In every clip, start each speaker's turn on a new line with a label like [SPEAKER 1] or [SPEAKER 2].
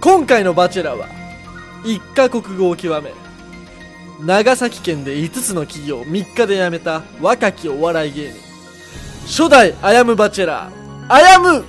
[SPEAKER 1] 今回のバチェラーは、一カ国語を極め、長崎県で5つの企業を3日で辞めた若きお笑い芸人、初代あやむバチェラー、あやむ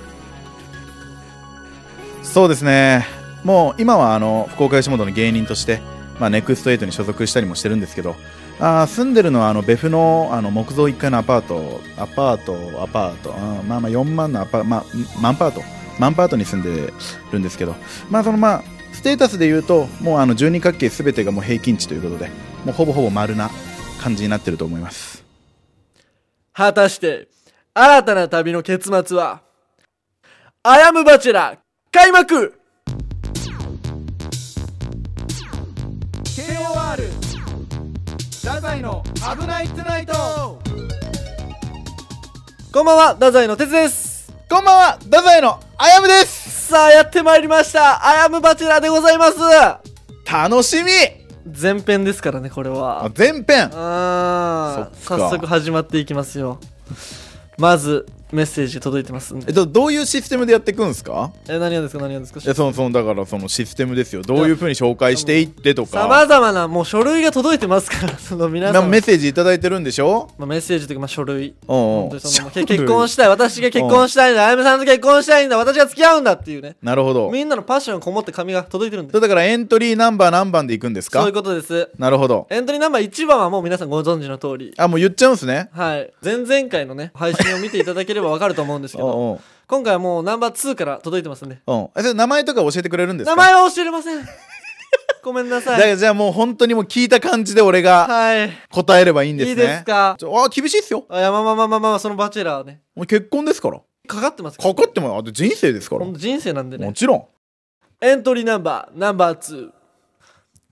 [SPEAKER 2] そうですねもう今はあの福岡吉本の芸人として、まあ、ネクストエイトに所属したりもしてるんですけどあー住んでるのはあの別府のあの木造1階のアパートアパートアパート、うんまあまあ4万のアパ、まあ、んマンパートマンパートに住んでるんですけどまあそのまあステータスで言うともうあの12角形全てがもう平均値ということでもうほぼほぼ丸な感じになってると思います
[SPEAKER 1] 果たして、新たな旅の結末は、あやむバチェラー、開幕
[SPEAKER 3] KOR 太宰の危ないトゥナイト
[SPEAKER 1] こんばんは、太宰の哲です。
[SPEAKER 2] こんばんは太宰のあやむです
[SPEAKER 1] さあ、やってまいりました、あやむバチェラーでございます
[SPEAKER 2] 楽しみ
[SPEAKER 1] 前編ですからね、これは
[SPEAKER 2] あ。前編
[SPEAKER 1] あー
[SPEAKER 2] そっか
[SPEAKER 1] 早速始まっていきますよまずメッセージ届いてますん
[SPEAKER 2] え
[SPEAKER 1] で
[SPEAKER 2] っとどういうシステムでやっていくんですか
[SPEAKER 1] え何がですか何がですか
[SPEAKER 2] いやそのそのだからそのシステムですよどういうふうに紹介していってと
[SPEAKER 1] さま
[SPEAKER 2] か
[SPEAKER 1] ざまなもう書類が届いてますから その皆
[SPEAKER 2] な
[SPEAKER 1] さ
[SPEAKER 2] んか
[SPEAKER 1] ん
[SPEAKER 2] メッセージいただいてるんでしょ
[SPEAKER 1] まあ、メッセージというか、まあ、書類
[SPEAKER 2] うんう
[SPEAKER 1] 本
[SPEAKER 2] ん
[SPEAKER 1] 当にその
[SPEAKER 2] 書類
[SPEAKER 1] 結婚したい私が結婚したいんだあやめさんと結婚したいんだ私が付き合うんだっていうね
[SPEAKER 2] なるほど
[SPEAKER 1] みんなのパッションこもって紙が届いてるんで
[SPEAKER 2] そうだからエントリーナンバー何番でいくんです
[SPEAKER 1] そうい
[SPEAKER 2] か
[SPEAKER 1] うことです
[SPEAKER 2] なるほど
[SPEAKER 1] エントリーナンバー1番はもう皆さんご存知の通り
[SPEAKER 2] あもう言っちゃうんすね
[SPEAKER 1] はい前々回のね配信を見ていただければわかると思うんですけ
[SPEAKER 2] う
[SPEAKER 1] ど
[SPEAKER 2] んうん
[SPEAKER 1] 今回はもうナンバー2から届いてますんで
[SPEAKER 2] うんえそれ名前とか教えてくれるんです
[SPEAKER 1] 名
[SPEAKER 2] か
[SPEAKER 1] 前は教えれませんごめんな
[SPEAKER 2] だ
[SPEAKER 1] さ
[SPEAKER 2] か
[SPEAKER 1] い
[SPEAKER 2] らじゃあもう本当にもう聞いた感じで俺が
[SPEAKER 1] はい
[SPEAKER 2] 答えればいいんですね
[SPEAKER 1] いいですか
[SPEAKER 2] ちょあ厳しいっすよ
[SPEAKER 1] あいやまあまあまあまあまあそのバチェラーはね
[SPEAKER 2] もう結婚ですから
[SPEAKER 1] かかってます
[SPEAKER 2] かかってもあと人生ですから
[SPEAKER 1] ほんと人生なんで
[SPEAKER 2] も
[SPEAKER 1] ね
[SPEAKER 2] ちろん
[SPEAKER 1] エントリーナンバーナンバー2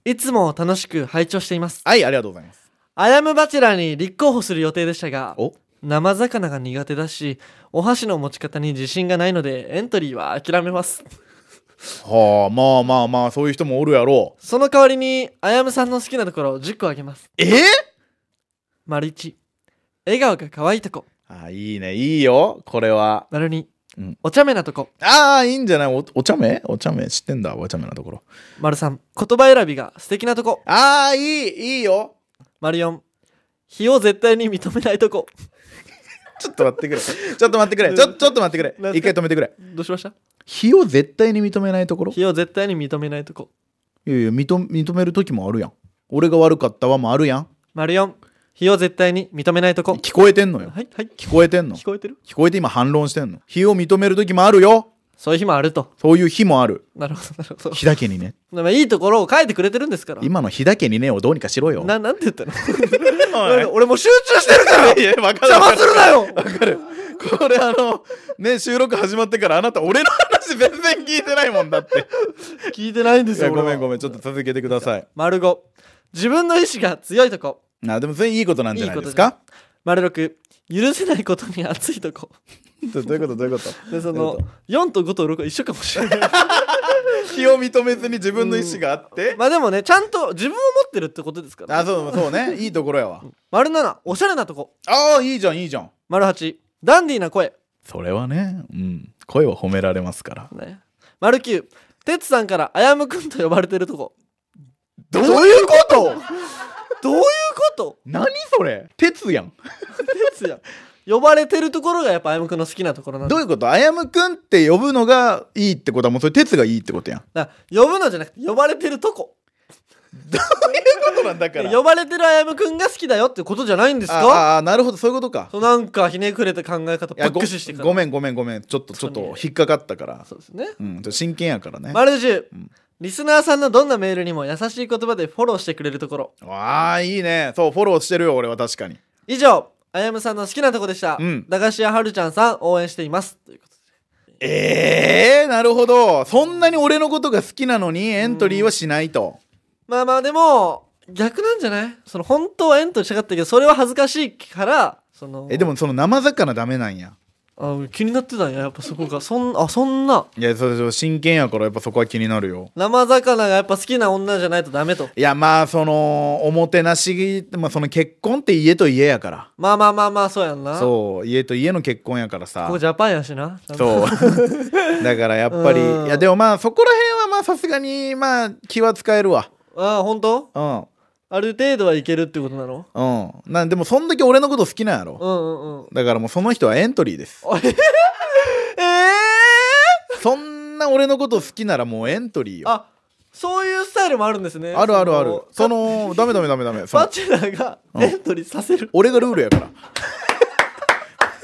[SPEAKER 1] いつも楽しく拝聴しています
[SPEAKER 2] はいありがとうございます
[SPEAKER 1] アヤムバチェラーに立候補する予定でしたが
[SPEAKER 2] お
[SPEAKER 1] 生魚が苦手だしお箸の持ち方に自信がないのでエントリーは諦めます
[SPEAKER 2] はあまあまあまあそういう人もおるやろう
[SPEAKER 1] その代わりにアヤムさんの好きなところを10個あげます
[SPEAKER 2] え
[SPEAKER 1] 丸1笑顔が可愛いとこ
[SPEAKER 2] あいいねいいよこれは
[SPEAKER 1] 丸2、
[SPEAKER 2] うん
[SPEAKER 1] お茶目なとこ
[SPEAKER 2] ああいいんじゃないおお茶目お茶目知ってんだお茶目なところ
[SPEAKER 1] 丸3言葉選びが素敵なとこ
[SPEAKER 2] ああいいいいよ
[SPEAKER 1] 丸4日を絶対に認めないとこ
[SPEAKER 2] ちょっと待って くれちょっと待ってくれちょちょっと待ってく
[SPEAKER 1] な
[SPEAKER 2] れ
[SPEAKER 1] んか
[SPEAKER 2] 一回止めてくれ
[SPEAKER 1] どうしました
[SPEAKER 2] 日を絶対に認めないところい
[SPEAKER 1] 日を絶対に認めないとこ
[SPEAKER 2] やいや認認める時もあるやん俺が悪かったわもあるやん
[SPEAKER 1] 丸4日を絶対に認めないとこ
[SPEAKER 2] 聞こえてんのよ
[SPEAKER 1] はいはい
[SPEAKER 2] 聞こえてんの
[SPEAKER 1] 聞こえてる
[SPEAKER 2] 聞こえて今反論してんの日を認める時もあるよ
[SPEAKER 1] そういう日もあると
[SPEAKER 2] そういう日もある
[SPEAKER 1] なるほどなるほど
[SPEAKER 2] 日だけにね
[SPEAKER 1] まあいいところを書いてくれてるんですから
[SPEAKER 2] 今の日だけにねをどうにかしろよ
[SPEAKER 1] ななんて言ったの
[SPEAKER 2] お い
[SPEAKER 1] 俺もう集中してるから
[SPEAKER 2] いやわかる
[SPEAKER 1] 邪魔するなよ
[SPEAKER 2] わかる。これあの、ね、収録始まってからあなた俺の話全然聞いてないもんだ って。
[SPEAKER 1] 聞いてないんですよ
[SPEAKER 2] ごめん
[SPEAKER 1] 俺は
[SPEAKER 2] ごめん、ちょっと続けてください。
[SPEAKER 1] 丸5自分の意志が強いとこ
[SPEAKER 2] あ、でも全然いいことなんじゃないです
[SPEAKER 1] いい
[SPEAKER 2] か
[SPEAKER 1] 丸6許せないことに熱いとこ
[SPEAKER 2] どどういう ことどういうこと
[SPEAKER 1] でそ
[SPEAKER 2] ど
[SPEAKER 1] の
[SPEAKER 2] ういうこと
[SPEAKER 1] 4と5と6は一緒かもしれない
[SPEAKER 2] 気を認めずに自分の意思があって。
[SPEAKER 1] まあでもねちゃんと自分を持ってるってことですから、
[SPEAKER 2] あ、そう、そう ね。いいところやわ。
[SPEAKER 1] 丸7おしゃれなとこ
[SPEAKER 2] ああ、いいじゃん、いいじゃん。
[SPEAKER 1] 丸8ダンディーな声、
[SPEAKER 2] それはね、うん。声は褒められますから。
[SPEAKER 1] ね、丸9てつさんからあやむくんと呼ばれてるとこ
[SPEAKER 2] どういうこと
[SPEAKER 1] どういうこと
[SPEAKER 2] 何それ鉄やん。
[SPEAKER 1] てつや呼ばれてるところがやっぱあやむくんの好きなところなんで
[SPEAKER 2] どういうことあやむくんって呼ぶのがいいってことはもうそれ鉄がいいってことやん。ど
[SPEAKER 1] だから呼ぶのじゃなくて呼ばれてるとこ
[SPEAKER 2] ういうことなんだから。
[SPEAKER 1] 呼ばれてるあやむくんが好きだよってことじゃないんですか
[SPEAKER 2] ああー、なるほど、そういうことか。
[SPEAKER 1] そうなんかひねくれた考え方
[SPEAKER 2] い
[SPEAKER 1] ば
[SPEAKER 2] や
[SPEAKER 1] っ
[SPEAKER 2] ご
[SPEAKER 1] くししてから
[SPEAKER 2] ごめんごめんごめんちょっとちょっと引っかかったから
[SPEAKER 1] そうですね
[SPEAKER 2] うんちょっと真剣やからね、
[SPEAKER 1] 丸10、
[SPEAKER 2] ん
[SPEAKER 1] リスナーさんのどんなメールにも優しい言葉でフォローしてくれるところ
[SPEAKER 2] わあいいねそうフォローしてるよ俺は確かに
[SPEAKER 1] 以上あやむさんの好きなとこでした、
[SPEAKER 2] うん
[SPEAKER 1] 駄菓子屋はるちゃんさん応援していますということ
[SPEAKER 2] ええー、なるほどそんなに俺のことが好きなのにエントリーはしないと、
[SPEAKER 1] まあまあでも逆なんじゃないその本当はエントリーしたかったけどそれは恥ずかしいからその
[SPEAKER 2] えでもその生魚ダメなんや
[SPEAKER 1] あ気になってたんややっぱそこがそんあそんない
[SPEAKER 2] やそれそれ真剣やからやっぱそこは気になるよ
[SPEAKER 1] 生魚がやっぱ好きな女じゃないとダメと
[SPEAKER 2] いやまあそのおもてなし、まあ、その結婚って家と家やから
[SPEAKER 1] まあまあまあまあそうやんなこ
[SPEAKER 2] そう家と家の結婚やからさ
[SPEAKER 1] こジャパンやしな
[SPEAKER 2] そう だからやっぱり
[SPEAKER 1] うん
[SPEAKER 2] いやでもまあそこら辺はまあはさすがに、まあ、気は使えるわ。
[SPEAKER 1] ああ本当
[SPEAKER 2] うん。
[SPEAKER 1] ある程度はいけるってことなの
[SPEAKER 2] うん。なんでも、そんだけ俺のこと好きなんやろ。
[SPEAKER 1] うんうんうん
[SPEAKER 2] だからもう、その人はエントリーです。
[SPEAKER 1] あえへへえ
[SPEAKER 2] そんな俺のこと好きならもうエントリー
[SPEAKER 1] ー
[SPEAKER 2] よ。あ
[SPEAKER 1] あそういうスタイルもあるんですね
[SPEAKER 2] るあるある。
[SPEAKER 1] そ
[SPEAKER 2] そ
[SPEAKER 1] の
[SPEAKER 2] の、ダメダメダメダメ。その
[SPEAKER 1] バチェラーが
[SPEAKER 2] うん
[SPEAKER 1] エントリーさせる、
[SPEAKER 2] 俺がルールやから。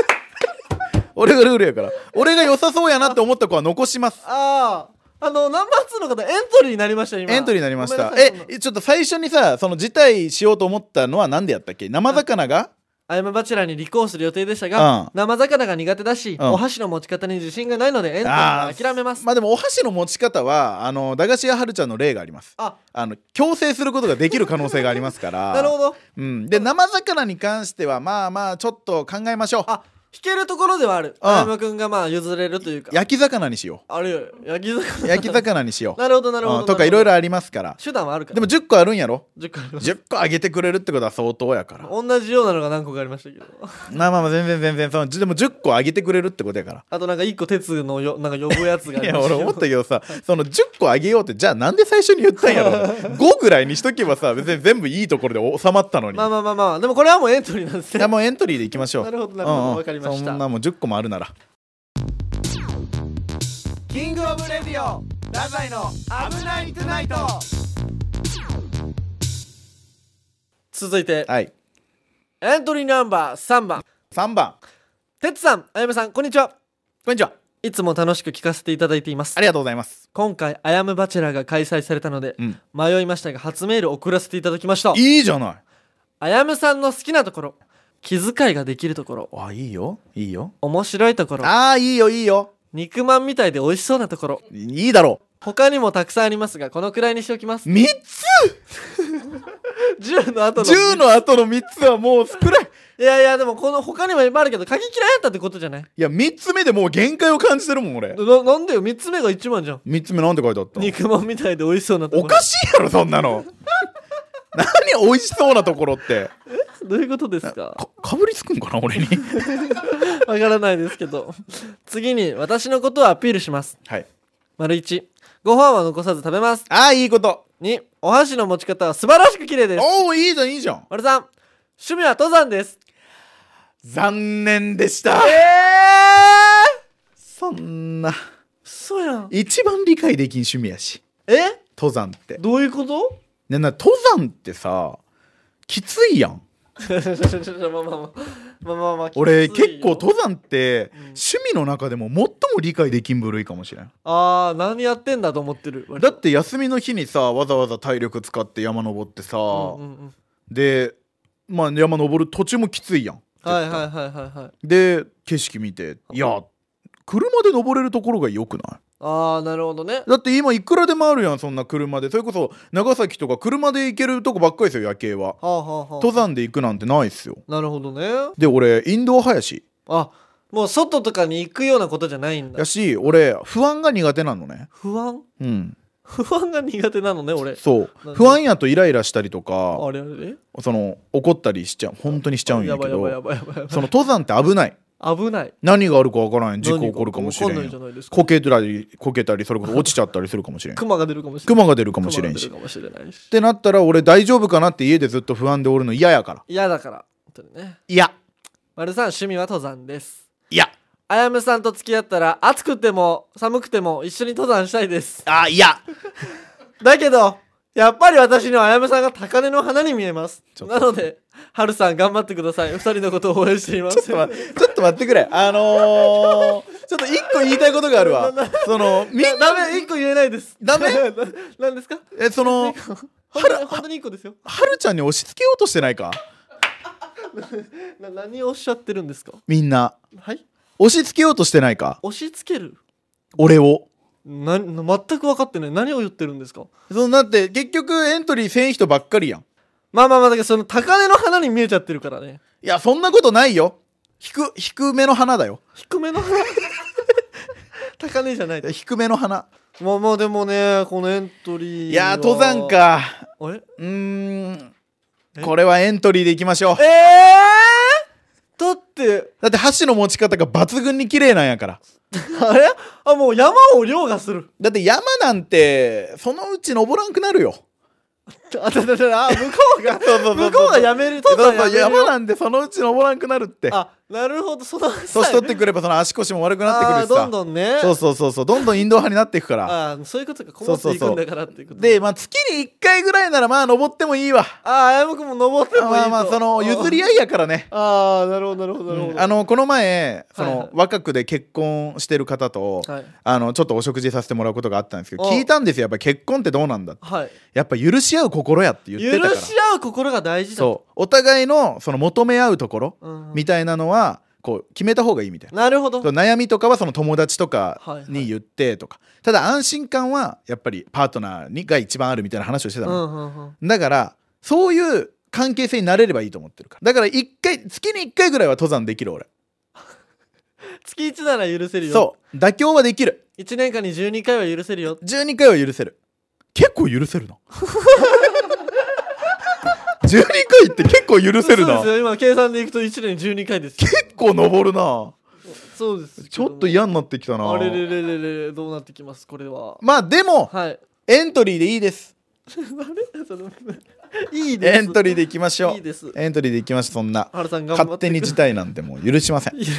[SPEAKER 2] 俺がルールやから。俺が良さそうやなって思った子は残します。
[SPEAKER 1] あああのナンバー2の方エントリーになりました今
[SPEAKER 2] エントリーになりまし
[SPEAKER 1] ご
[SPEAKER 2] た
[SPEAKER 1] めんなさいそんな
[SPEAKER 2] えちょっと最初にさその辞退しようと思ったのは何でやったっけ生魚が
[SPEAKER 1] アイムバチェラーに離婚する予定でしたが、
[SPEAKER 2] うん
[SPEAKER 1] 生魚が苦手だし、
[SPEAKER 2] うん
[SPEAKER 1] お箸の持ち方に自信がないのでエントリー
[SPEAKER 2] あ
[SPEAKER 1] は
[SPEAKER 2] ー
[SPEAKER 1] 諦めます
[SPEAKER 2] まあでもお箸の持ち方はあの駄菓子屋はるちゃんの例があります
[SPEAKER 1] あ
[SPEAKER 2] あの強制することができる可能性がありますか ら
[SPEAKER 1] なるほど
[SPEAKER 2] うん、で生魚に関してはまあまあちょっと考えましょう
[SPEAKER 1] あ引けるところではある
[SPEAKER 2] うん
[SPEAKER 1] アイム君がまあ譲れるというか
[SPEAKER 2] 焼き魚にしよ
[SPEAKER 1] あるよ焼き
[SPEAKER 2] う
[SPEAKER 1] 魚
[SPEAKER 2] 焼き魚にしよう
[SPEAKER 1] なるほ どなるほ
[SPEAKER 2] う
[SPEAKER 1] ど
[SPEAKER 2] んとかいろい
[SPEAKER 1] ろ
[SPEAKER 2] ろありますから
[SPEAKER 1] 手段はあるから
[SPEAKER 2] でも10個あるん やろ
[SPEAKER 1] 10個あります
[SPEAKER 2] 10個あげてくれるってことは相当 やから
[SPEAKER 1] 同じようなのが何個かありましたけど
[SPEAKER 2] まあまあまあ全然全然そのでも10個あげてくれるってことやから
[SPEAKER 1] あとなんか1個鉄のよ なんか呼ぶやつがあ
[SPEAKER 2] い
[SPEAKER 1] りま
[SPEAKER 2] や
[SPEAKER 1] したけ
[SPEAKER 2] 俺
[SPEAKER 1] ど
[SPEAKER 2] 思ったけどさその10個あげようってじゃあなんで最初に言ったんやろ 5ぐらいにしとけばさ別に全部いいところで収まったのに、
[SPEAKER 1] まあまあまあまあでもこれはもうエントリーなんです
[SPEAKER 2] いや
[SPEAKER 1] ね
[SPEAKER 2] もうエントリーでいきましょう
[SPEAKER 1] なるほどなるほど
[SPEAKER 2] うんうん
[SPEAKER 1] わかりました
[SPEAKER 2] そんなもう10個もあるなら
[SPEAKER 3] キングオブレディオ太宰の危ないトゥナイト
[SPEAKER 1] 続いて
[SPEAKER 2] はい
[SPEAKER 1] エントリーナンバー3番
[SPEAKER 2] 3番
[SPEAKER 1] てつさんあやめさんこんにちは
[SPEAKER 2] こんにちはい
[SPEAKER 1] つも楽しく聞かせていただいています
[SPEAKER 2] ありがとうございます
[SPEAKER 1] 今回アヤムバチェラーが開催されたので、
[SPEAKER 2] うん
[SPEAKER 1] 迷いましたが初メール送らせていただきました
[SPEAKER 2] いいじゃない
[SPEAKER 1] あやむさんの好きなところ気遣いができるところ
[SPEAKER 2] あいいよいいよ
[SPEAKER 1] 面白いところ
[SPEAKER 2] ああいいよいいよ
[SPEAKER 1] 肉まんみたいで美味しそうなところ
[SPEAKER 2] いいだろ
[SPEAKER 1] 他にもたくさんありますがこのくらいにしておきます
[SPEAKER 2] う3
[SPEAKER 1] 10の後
[SPEAKER 2] つ
[SPEAKER 1] の
[SPEAKER 2] 10の後の3つはもう少ない
[SPEAKER 1] いやいやでもこの他にもいっぱいあるけど鍵嫌いやったってことじゃない
[SPEAKER 2] いや3つ目でもう限界を感じてるもん俺
[SPEAKER 1] ななんでよ3つ目が一番じゃん
[SPEAKER 2] 3つ目なんて書いてあった
[SPEAKER 1] 肉まんみたいで美味しそうなところ
[SPEAKER 2] おかしいやろそんなの 何美味しそうなところって
[SPEAKER 1] どういうことですか
[SPEAKER 2] かかぶりつくんかな俺に
[SPEAKER 1] わからないですけど 次に私のことをアピールします
[SPEAKER 2] はい
[SPEAKER 1] 丸1ご飯は残さず食べます
[SPEAKER 2] ああいいこと
[SPEAKER 1] 2お箸の持ち方は素晴らしく綺麗です
[SPEAKER 2] おおいいじゃんいいじゃん
[SPEAKER 1] 丸3趣味は登山です
[SPEAKER 2] 残念でした
[SPEAKER 1] ええ
[SPEAKER 2] そんな
[SPEAKER 1] そうやん
[SPEAKER 2] 一番理解できん趣味やし
[SPEAKER 1] え
[SPEAKER 2] 登山って
[SPEAKER 1] どういうこと
[SPEAKER 2] ねな登山ってさきついやん
[SPEAKER 1] まあまあまあまあまあまあ
[SPEAKER 2] 俺
[SPEAKER 1] きついよ
[SPEAKER 2] 結構登山って
[SPEAKER 1] ん
[SPEAKER 2] 趣味の中でも最も理解できん部類かもしれん
[SPEAKER 1] ああ何やってんだと思ってる
[SPEAKER 2] だって休みの日にさわざわざ体力使って山登ってさ、
[SPEAKER 1] うんうんうん
[SPEAKER 2] で、まあ、山登る途中もきついやん
[SPEAKER 1] はいはいはいはいはい
[SPEAKER 2] で景色見ていや車で登れるところが良くな
[SPEAKER 1] ああなるほどね
[SPEAKER 2] いだって今いくらでもあるやんそんな車でそれこそ長崎とか車で行けるとこばっかりですよ夜景
[SPEAKER 1] は
[SPEAKER 2] は
[SPEAKER 1] あはあは
[SPEAKER 2] 登山で行くなんてないっすよ
[SPEAKER 1] あなるほどね
[SPEAKER 2] で俺インドア派やし
[SPEAKER 1] あもう外とかに行くようなことじゃないんだ
[SPEAKER 2] やし俺不安が苦手なのね
[SPEAKER 1] 不安
[SPEAKER 2] うん
[SPEAKER 1] 不安が苦手なのね俺
[SPEAKER 2] そう
[SPEAKER 1] なんで
[SPEAKER 2] 不安やとイライラしたりと
[SPEAKER 1] あ
[SPEAKER 2] か
[SPEAKER 1] れあれ
[SPEAKER 2] その怒ったりしちゃう本当にしちゃうんやけ
[SPEAKER 1] やばいや
[SPEAKER 2] ど
[SPEAKER 1] ばいやばいやばい
[SPEAKER 2] その登山って危ない
[SPEAKER 1] 危ない
[SPEAKER 2] 何があるか分からん事故起こるかもしれ
[SPEAKER 1] 何が
[SPEAKER 2] ん
[SPEAKER 1] 起こるか分かんないじゃな
[SPEAKER 2] よ
[SPEAKER 1] いですか
[SPEAKER 2] こけたりこけたり それこそ落ちちゃったりするかもしれん
[SPEAKER 1] クマが出るかもしれない
[SPEAKER 2] 熊が出るかもしれんし
[SPEAKER 1] クマが出るかもしれないし
[SPEAKER 2] ってなったら俺大丈夫かなって家でずっと不安でおるの嫌やから
[SPEAKER 1] 嫌だから本当にね
[SPEAKER 2] いや
[SPEAKER 1] 丸さん趣味は登山です
[SPEAKER 2] いや
[SPEAKER 1] あやむさんと付き合ったら暑くても寒くても一緒に登山したいです
[SPEAKER 2] あいや
[SPEAKER 1] だけどやっぱり私にはあやむさんが高嶺の花に見えます
[SPEAKER 2] ちょっと
[SPEAKER 1] なのではるさん頑張ってください二人のことを応援しています
[SPEAKER 2] ちょっと待ってちょっと待ってくれあのー、ちょっと一個言いたいことがあるわそのみん
[SPEAKER 1] だ
[SPEAKER 2] な
[SPEAKER 1] ダメ一個言えないです
[SPEAKER 2] ダ
[SPEAKER 1] な
[SPEAKER 2] メ
[SPEAKER 1] なんですか
[SPEAKER 2] えその
[SPEAKER 1] 本当に本当に一個ですよ
[SPEAKER 2] はるちゃんに押し付けようとしてないか
[SPEAKER 1] な何をおっしゃってるんですか
[SPEAKER 2] みんな
[SPEAKER 1] はい
[SPEAKER 2] 押し付けようとしてないか
[SPEAKER 1] 押し付ける
[SPEAKER 2] 俺を
[SPEAKER 1] な全く分かってない何を言ってるんですか
[SPEAKER 2] そのだって結局エントリーせん人ばっかりやん
[SPEAKER 1] まあまあまあだけどその高嶺の花に見えちゃってるからね
[SPEAKER 2] いやそんなことないよ低低めの花だよ
[SPEAKER 1] 低めの 花高嶺じゃない
[SPEAKER 2] 低めの花
[SPEAKER 1] まあまあでもねこのエントリーはい
[SPEAKER 2] や登山か
[SPEAKER 1] あれ
[SPEAKER 2] うーん
[SPEAKER 1] え
[SPEAKER 2] これはエントリーでいきましょう
[SPEAKER 1] ええー、だっって、
[SPEAKER 2] だって箸の持ち方が抜群に綺麗なんやから。
[SPEAKER 1] あれあ、もう山を凌駕する。
[SPEAKER 2] だって山なんて、そのうち登らんくなるよ。
[SPEAKER 1] あ、だだだだあ、向こうが、
[SPEAKER 2] そうそうそうそう
[SPEAKER 1] 向こうがやめる、とったらやめるよ
[SPEAKER 2] 山なんてそのうち登らんくなるって。
[SPEAKER 1] あ、なるほど、その、年
[SPEAKER 2] 年取ってくればその足腰も悪くなってくるしさ。
[SPEAKER 1] どんどんね。
[SPEAKER 2] そうそうそうそう、どんどんインド派になっていくから。
[SPEAKER 1] あそういうことか、こもっていくんだからっていうこと。
[SPEAKER 2] で、まあ月に1回ぐらいならまあ登ってもいいわ。
[SPEAKER 1] ああやむくんも登ってもいいと
[SPEAKER 2] まあまあ、その譲り合いやからね。
[SPEAKER 1] ああなるほどなるほどなるほど、
[SPEAKER 2] あの、この前、そ
[SPEAKER 1] はいはい
[SPEAKER 2] の若くで結婚してる方と、
[SPEAKER 1] はい
[SPEAKER 2] あのちょっとお食事させてもらうことがあったんですけど
[SPEAKER 1] うん
[SPEAKER 2] 聞いたんですよやっぱ結婚ってどうなんだって
[SPEAKER 1] はい
[SPEAKER 2] やっぱ許し合う心やって言っ
[SPEAKER 1] 許
[SPEAKER 2] てたから
[SPEAKER 1] し合う心が大事だと
[SPEAKER 2] そうお互いのその求め合うところ
[SPEAKER 1] うん
[SPEAKER 2] みたいなのはこう決めた方がいいみたいな
[SPEAKER 1] なるほど
[SPEAKER 2] そう悩みとかはその友達と
[SPEAKER 1] はいは
[SPEAKER 2] か
[SPEAKER 1] い
[SPEAKER 2] に言ってとかただ安心感はやっぱりパートナーにが一番あるみたいな話をしてた
[SPEAKER 1] うん
[SPEAKER 2] の
[SPEAKER 1] うんうん
[SPEAKER 2] だからそういう関係性になれればいいと思ってるからだから一回月に1回ぐらいは登山できる俺
[SPEAKER 1] 月1なら許せるよ
[SPEAKER 2] そう妥協はできる
[SPEAKER 1] 1年間に12回は許せるよ
[SPEAKER 2] 12回は許せる結構許せるな 12回って結構許せる
[SPEAKER 1] そう
[SPEAKER 2] な
[SPEAKER 1] ですよ今計算でいくと1年12回ですよ
[SPEAKER 2] 結構登るな
[SPEAKER 1] そうですけども
[SPEAKER 2] ちょっと嫌になってきたな
[SPEAKER 1] あれれれれれれどうなってきますこれ は
[SPEAKER 2] まあでも
[SPEAKER 1] はい
[SPEAKER 2] エントリーでいいです
[SPEAKER 1] そのいいです
[SPEAKER 2] エントリーでいきましょう
[SPEAKER 1] いいです
[SPEAKER 2] エントリーでいきましょうそんな
[SPEAKER 1] 原さん頑張って
[SPEAKER 2] 勝手に辞退なんてもう許し ません
[SPEAKER 1] いる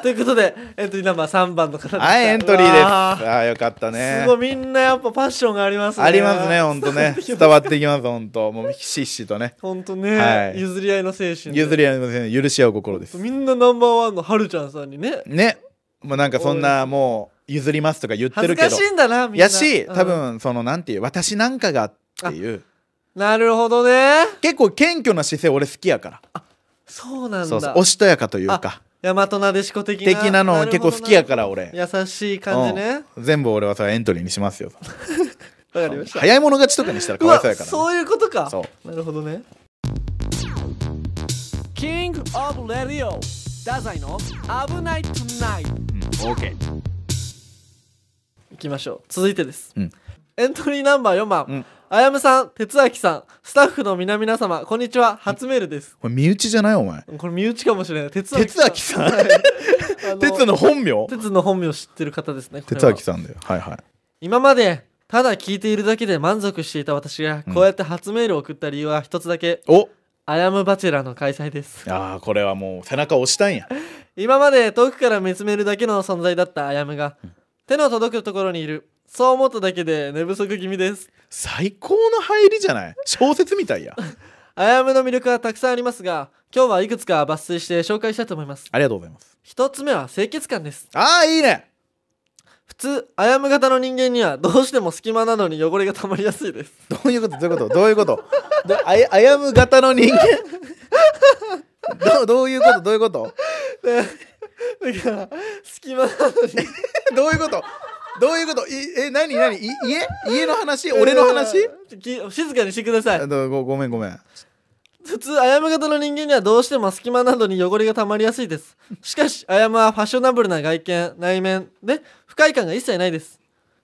[SPEAKER 1] ということでエントリーナンバー3番の方でした
[SPEAKER 2] はいエントリーです
[SPEAKER 1] うわ
[SPEAKER 2] ああよかったね
[SPEAKER 1] すごいみんなやっぱパッションがありますね
[SPEAKER 2] ありますねほんとね伝わってきますほんともうひしひしとね
[SPEAKER 1] ほんとね、
[SPEAKER 2] はい
[SPEAKER 1] 譲り合いの精神で
[SPEAKER 2] 譲り合いません許し合う心です
[SPEAKER 1] みんなナンバーワンのはるちゃんさんにね
[SPEAKER 2] ねもうなんかそんなもう譲りますとか言って
[SPEAKER 1] 恥
[SPEAKER 2] る
[SPEAKER 1] ず
[SPEAKER 2] け
[SPEAKER 1] か
[SPEAKER 2] ど
[SPEAKER 1] しいんだなみんな
[SPEAKER 2] やし多
[SPEAKER 1] うん
[SPEAKER 2] 分そのなんていう私なんかがっていう
[SPEAKER 1] なるほどね
[SPEAKER 2] 結構謙虚な姿勢俺好きやから
[SPEAKER 1] そうなんだ
[SPEAKER 2] そうそうおしとやかというか
[SPEAKER 1] 大和なでしこ的な
[SPEAKER 2] 的なの結構好きやから俺
[SPEAKER 1] ら優しい感じね
[SPEAKER 2] うん全部俺はさエントリーにしますよ
[SPEAKER 1] わかりました
[SPEAKER 2] 早い者勝ちとかにしたらか
[SPEAKER 1] う
[SPEAKER 2] わい
[SPEAKER 1] わ
[SPEAKER 2] そうやからね、
[SPEAKER 1] そういうことか
[SPEAKER 2] そ
[SPEAKER 1] なるほどね
[SPEAKER 3] キングオブレディオ太宰の危ないトゥナイト
[SPEAKER 2] うんオーケー
[SPEAKER 1] いきましょう続いてです、
[SPEAKER 2] うん
[SPEAKER 1] エントリーナンバー4番、
[SPEAKER 2] うん
[SPEAKER 1] あやむさん哲明さんスタッフの皆々様こんにちは初メールです、
[SPEAKER 2] これ身内じゃないお前
[SPEAKER 1] これ身内かもしれない哲明
[SPEAKER 2] 哲明さん
[SPEAKER 1] あの
[SPEAKER 2] 哲の本名
[SPEAKER 1] 鉄の本名を知ってる方ですねこれは
[SPEAKER 2] 哲明さんだよはいはい
[SPEAKER 1] 今までただ聞いているだけで満足していた私が
[SPEAKER 2] うん
[SPEAKER 1] こうやって初メールを送った理由は一つだけ
[SPEAKER 2] お
[SPEAKER 1] 「アヤムバチェラー」の開催 です
[SPEAKER 2] あーこれはもう背中押したんや
[SPEAKER 1] 今まで遠くから見つめるだけの存在だったアヤムが手の届くところにいるそう思っただけで寝不足気味です
[SPEAKER 2] 最高の入りじゃない小説みたいや
[SPEAKER 1] アヤムの魅力はたくさんありますが今日はいくつか抜粋して紹介したいと思います
[SPEAKER 2] ありがとうございます
[SPEAKER 1] 一つ目は清潔感です
[SPEAKER 2] ああいいね
[SPEAKER 1] 普通アヤム型の人間にはどうしても隙間などに汚れが溜まりやすい です
[SPEAKER 2] どういうことどういうことどういうことどあやあやむ型の人間 どどういうことどういうこと
[SPEAKER 1] だから隙間などに
[SPEAKER 2] どういうことどういうこといえ何何い家家の話俺の話
[SPEAKER 1] き静かにしてください
[SPEAKER 2] あどごごめんごめん
[SPEAKER 1] 普通アヤム型の人間にはどうしても隙間などに汚れがたまりやすいですしかしアヤムはファッショナブルな外見内面で不快感が一切ないです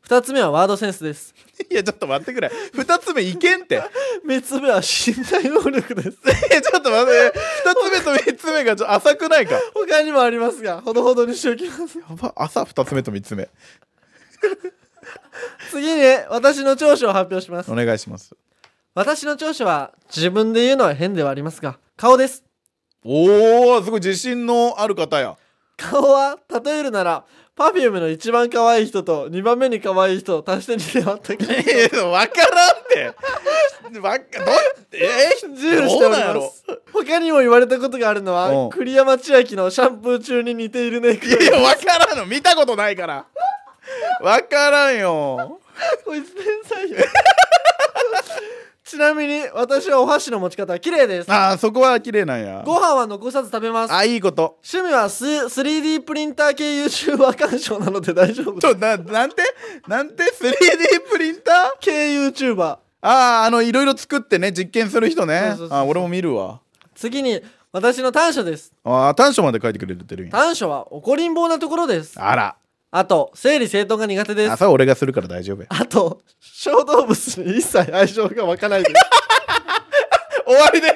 [SPEAKER 1] 2つ目はワードセンスです
[SPEAKER 2] いやちょっと待ってくれ二つ目いけんって いや
[SPEAKER 1] 3つ目は身体能力です
[SPEAKER 2] ちょっと待って二つ目と三つ目がちょっと浅くないかや
[SPEAKER 1] 他にもありますがほどほどにしておきます
[SPEAKER 2] ば浅二つ目と三つ目
[SPEAKER 1] 次に私の長所を発表します
[SPEAKER 2] お願いします
[SPEAKER 1] 私の長所は自分で言うのは変ではありますが顔です
[SPEAKER 2] おおすごい自信のある方や
[SPEAKER 1] 顔は例えるなら Perfume の一番可愛い人と2番目に可愛い人を足して2で割った気が
[SPEAKER 2] ええわからんってわかどえ
[SPEAKER 1] ジュールしております他にも言われたことがあるの
[SPEAKER 2] う
[SPEAKER 1] は
[SPEAKER 2] ん
[SPEAKER 1] 栗山千明のシャンプー中に似ているね
[SPEAKER 2] いやわからんの見たことないからわからんよ
[SPEAKER 1] こいつ天才よ ちなみに私はお箸の持ち方綺麗です
[SPEAKER 2] あーそこは綺麗なんや
[SPEAKER 1] ご飯は残さず食べます
[SPEAKER 2] あいいこと
[SPEAKER 1] 趣味はス 3D プリンター系 YouTuber 鑑賞なので大丈夫
[SPEAKER 2] ちょななんてなんて 3D プリンター
[SPEAKER 1] 系 YouTuber
[SPEAKER 2] あああのいろいろ作ってね実験する人ね
[SPEAKER 1] そうそうそうそう
[SPEAKER 2] あ俺も見るわ
[SPEAKER 1] 次に私の短所です
[SPEAKER 2] あー短所まで書いてくれてるんや
[SPEAKER 1] 短所は怒りん坊なところです
[SPEAKER 2] あら
[SPEAKER 1] あと整理整頓が苦手です
[SPEAKER 2] 朝俺がするから大丈夫や
[SPEAKER 1] あと小動物に一切愛情が湧か ないです
[SPEAKER 2] 終わりで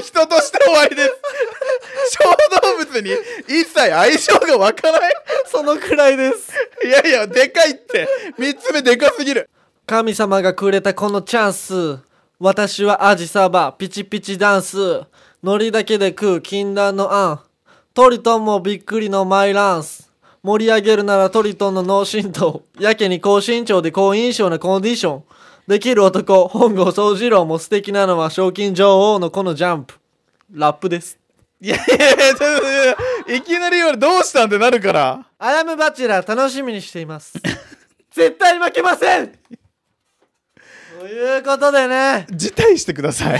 [SPEAKER 2] す人として終わりですに一切相性がわからない
[SPEAKER 1] そのくらいです
[SPEAKER 2] いやいやでかいって3つ目でかすぎる
[SPEAKER 1] 神様がくれたこのチャンス私はアジサバピチピチダンスノリだけで食う禁断のあんトリトンもびっくりのマイランス盛り上げるならトリトンの脳震盪やけに高身長で好印象なコンディションできる男本郷宗次郎も素敵なのは賞金女王のこのジャンプラップです
[SPEAKER 2] いやいやいやちょっといやいやいきなり言われどうしたんってなるから
[SPEAKER 1] アヤムバチェラー楽しみにしています絶対負けませんということでね
[SPEAKER 2] 辞退してくだ さい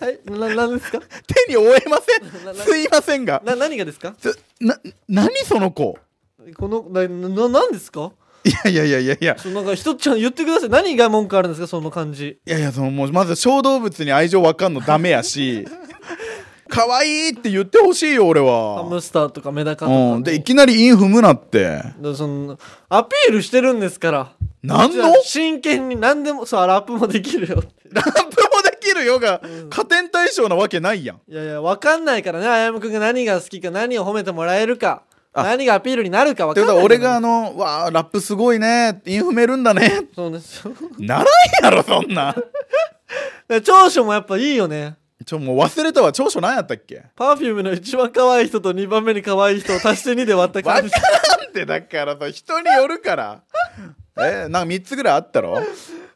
[SPEAKER 1] はいななんですか
[SPEAKER 2] 手に負えませんすいませんが
[SPEAKER 1] な何がですか
[SPEAKER 2] つな何その子
[SPEAKER 1] このなななんですか
[SPEAKER 2] いやいやいやいやいや
[SPEAKER 1] ちょなんかひとちゃん言ってください何が文句あるんですかその感じ
[SPEAKER 2] いやいやそのもうまず小動物に愛情わかんのダメや し可愛いって言ってほしいよ俺
[SPEAKER 1] ハ
[SPEAKER 2] は
[SPEAKER 1] ムスターとかメダカとか
[SPEAKER 2] うん、でい
[SPEAKER 1] で
[SPEAKER 2] きなりイン踏むなって
[SPEAKER 1] そのアピールしてるんですから
[SPEAKER 2] 何
[SPEAKER 1] じゃ
[SPEAKER 2] の
[SPEAKER 1] あ 真剣に何でもそうラップもできるよって
[SPEAKER 2] ラップもできるよが、加点対象なわけないやん
[SPEAKER 1] いやいや分かんないからねあやむくんが何が好きか何を褒めてもらえるか
[SPEAKER 2] あ
[SPEAKER 1] 何がアピールになるか分
[SPEAKER 2] て
[SPEAKER 1] か
[SPEAKER 2] こ
[SPEAKER 1] んない
[SPEAKER 2] とは俺
[SPEAKER 1] か
[SPEAKER 2] が
[SPEAKER 1] ら
[SPEAKER 2] あ
[SPEAKER 1] ね
[SPEAKER 2] の「わあラップすごいね」インフメるんだね
[SPEAKER 1] そうねそう
[SPEAKER 2] ならんやろそんな
[SPEAKER 1] で長所もやっぱいいよね
[SPEAKER 2] ちょもう忘れたわ長所何やったっけ
[SPEAKER 1] Perfume の一番可愛い人と2番目に可愛い人を足して2で割った感じ
[SPEAKER 2] なんでだからさ人によ るからえなんか3つぐらいあったろ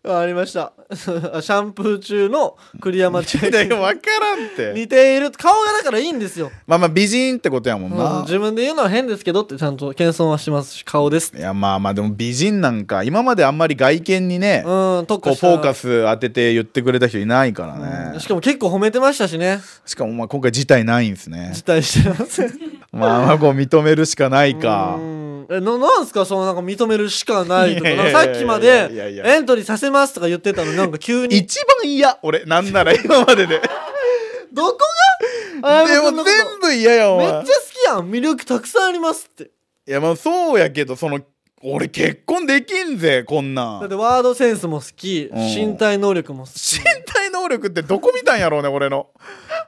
[SPEAKER 1] あありました あシャンプー中の栗山 千明
[SPEAKER 2] だよ分からんって
[SPEAKER 1] 似ている顔がだからいいんですよ、
[SPEAKER 2] まあまあ美人ってことやもん
[SPEAKER 1] うん
[SPEAKER 2] な、
[SPEAKER 1] 自分で言うのは変ですけどってちゃんと謙遜はしますし顔です
[SPEAKER 2] いやまあまあでも美人なんか今まであんまり外見にね、
[SPEAKER 1] うん特
[SPEAKER 2] こ
[SPEAKER 1] 化
[SPEAKER 2] う
[SPEAKER 1] し
[SPEAKER 2] フ
[SPEAKER 1] た
[SPEAKER 2] ォーカス当てて言ってくれた人いないからね、
[SPEAKER 1] うんし
[SPEAKER 2] し
[SPEAKER 1] かも結構褒めてましたしね
[SPEAKER 2] かもまあ今回事態ないんですね
[SPEAKER 1] 辞退してます
[SPEAKER 2] まあまあこう認めるしかない か
[SPEAKER 1] うんえななんすかそのなんか認めるしかないとか
[SPEAKER 2] いやいやいやい
[SPEAKER 1] な
[SPEAKER 2] や
[SPEAKER 1] んかさっきま
[SPEAKER 2] いやい
[SPEAKER 1] で
[SPEAKER 2] や
[SPEAKER 1] エントリーさせますとか言ってたのになんか急に
[SPEAKER 2] 一番嫌俺なん なら今まででで
[SPEAKER 1] どこがあやむ
[SPEAKER 2] も
[SPEAKER 1] くんのこと
[SPEAKER 2] 全部嫌やお
[SPEAKER 1] めっ
[SPEAKER 2] 前
[SPEAKER 1] ちゃ好きやん魅力たくさんありますって
[SPEAKER 2] いやまあそうやけどその俺結婚できんぜこん
[SPEAKER 1] だ
[SPEAKER 2] な
[SPEAKER 1] っ
[SPEAKER 2] ん
[SPEAKER 1] てワードセンスも好き
[SPEAKER 2] うん
[SPEAKER 1] 身体能力も好き
[SPEAKER 2] 身体能力ってどこ見たんやろうね俺の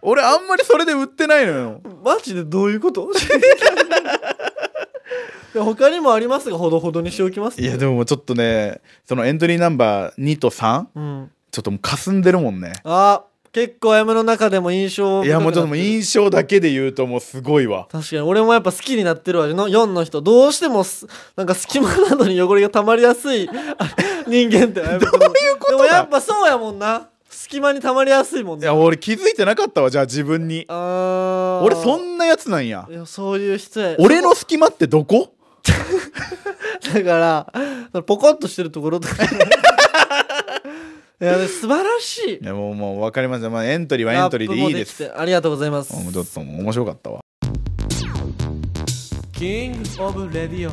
[SPEAKER 2] 俺あんまりそれで売ってないのよ
[SPEAKER 1] マジでどういうこと で他にもありますがほどほどにしておきます
[SPEAKER 2] いやでもちょっとねそのエントリーナンバー2と 3?
[SPEAKER 1] うん
[SPEAKER 2] ちょっともう霞んでるもんね
[SPEAKER 1] あ結構 M の中でも印象深く
[SPEAKER 2] いやもうちょっともう
[SPEAKER 1] なてる
[SPEAKER 2] 印象だけで言うともうすごいわ
[SPEAKER 1] 確かに俺もやっぱ好きになってるわの4の人どうしてもすなんか隙間などに汚れがたまりやすい あ人間 ってどういうで
[SPEAKER 2] ことだ
[SPEAKER 1] もやっぱそうやもんな隙間にたまりやすいもん
[SPEAKER 2] い
[SPEAKER 1] ね
[SPEAKER 2] や俺気づいてなかったわじゃあ自分に
[SPEAKER 1] あ
[SPEAKER 2] 俺
[SPEAKER 1] な
[SPEAKER 2] そ
[SPEAKER 1] ん
[SPEAKER 2] なやつなんや
[SPEAKER 1] いやそういう人や
[SPEAKER 2] 俺の隙間ってどこ
[SPEAKER 1] だから、ポコッとしてるところ とか。いや、で素晴らしい
[SPEAKER 2] い。やもうもう分かりました、まあ、エントリーはエントリーでいいです
[SPEAKER 1] ラップもきてありがとうございます。
[SPEAKER 2] もうちょっともう面白かったわ
[SPEAKER 1] キングオブレディオ、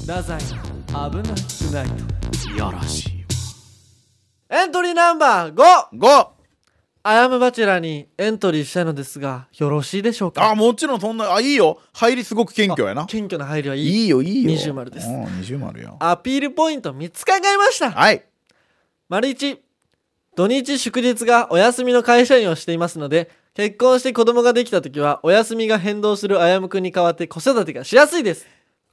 [SPEAKER 1] 太宰の危なくない
[SPEAKER 2] いやらしい
[SPEAKER 1] エントリーナンバー 5!
[SPEAKER 2] 5
[SPEAKER 1] アヤムバチェラーにエントリーしたいのですが、よろしいでしょうか
[SPEAKER 2] あもちろんそんなあいいよ入りすごく謙虚やな
[SPEAKER 1] 謙虚な配慮はい
[SPEAKER 2] い
[SPEAKER 1] い。
[SPEAKER 2] いよいいよ
[SPEAKER 1] 二重丸です
[SPEAKER 2] うん二重丸よ
[SPEAKER 1] アピールポイント3つ考えました。
[SPEAKER 2] はい
[SPEAKER 1] 丸1土日祝日がお休みの会社員をしていますので結婚して子供ができた時はお休みが変動するあやむくんに代わって子育てがしやすいです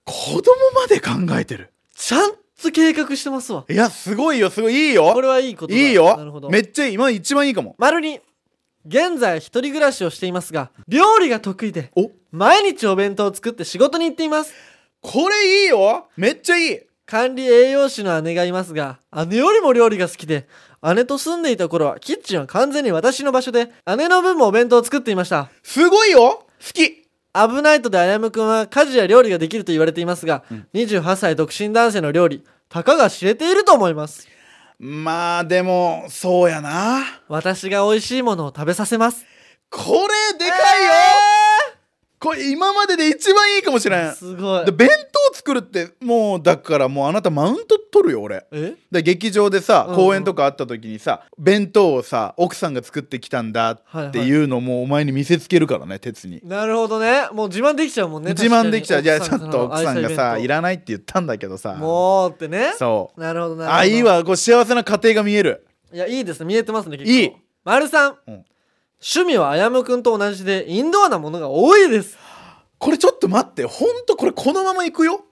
[SPEAKER 2] 子供まで考えてる
[SPEAKER 1] ちゃんと計画してますわ
[SPEAKER 2] いやすごいよすごいいい
[SPEAKER 1] こ
[SPEAKER 2] よ
[SPEAKER 1] れはいいことだ
[SPEAKER 2] いい
[SPEAKER 1] なるほ
[SPEAKER 2] よ
[SPEAKER 1] ど
[SPEAKER 2] めっちゃいい今一番いいかも
[SPEAKER 1] 丸2現在一人暮らしをしていますが料理が得意で
[SPEAKER 2] お
[SPEAKER 1] 毎日お弁当を作って仕事に行っています
[SPEAKER 2] これいいよめっちゃいい
[SPEAKER 1] 管理栄養士の姉がいますが姉よりも料理が好きで姉と住んでいた頃はキッチンは完全に私の場所で姉の分もお弁当を作っていました
[SPEAKER 2] すごいよ好き
[SPEAKER 1] 危ないとであやむくんは家事や料理ができると言われていますが、28歳独身男性の料理たかが知れていると思います
[SPEAKER 2] まあでもそうやな
[SPEAKER 1] 私が美味しいものを食べさせます
[SPEAKER 2] これでかいよ、これ今までで一番いいかもしれん
[SPEAKER 1] すごい
[SPEAKER 2] で弁当作るってもうだからもうあなたマウント取るよ俺
[SPEAKER 1] え
[SPEAKER 2] で劇場でさ
[SPEAKER 1] うん
[SPEAKER 2] 公演とかあった時にさ、弁当をさ奥さんが作ってきたんだっていうのもお前に見せつけるからね鉄に
[SPEAKER 1] なるほどねもう自慢できちゃうもんね
[SPEAKER 2] 自慢できちゃうじゃあ
[SPEAKER 1] 確
[SPEAKER 2] ち
[SPEAKER 1] か
[SPEAKER 2] ょ
[SPEAKER 1] に
[SPEAKER 2] っと奥さんがさい
[SPEAKER 1] ん
[SPEAKER 2] らないって言ったんだけどさ
[SPEAKER 1] もうってね
[SPEAKER 2] そ
[SPEAKER 1] なるほど
[SPEAKER 2] う
[SPEAKER 1] なるほど
[SPEAKER 2] あいいわこう幸せな家庭が見える
[SPEAKER 1] いやいいですね見えてますね結構
[SPEAKER 2] いい
[SPEAKER 1] 丸さん、
[SPEAKER 2] うん
[SPEAKER 1] 趣味はあやむくんと同じでインドアなものが多いです。
[SPEAKER 2] これちょっと待ってほんとこれこのまま行くよ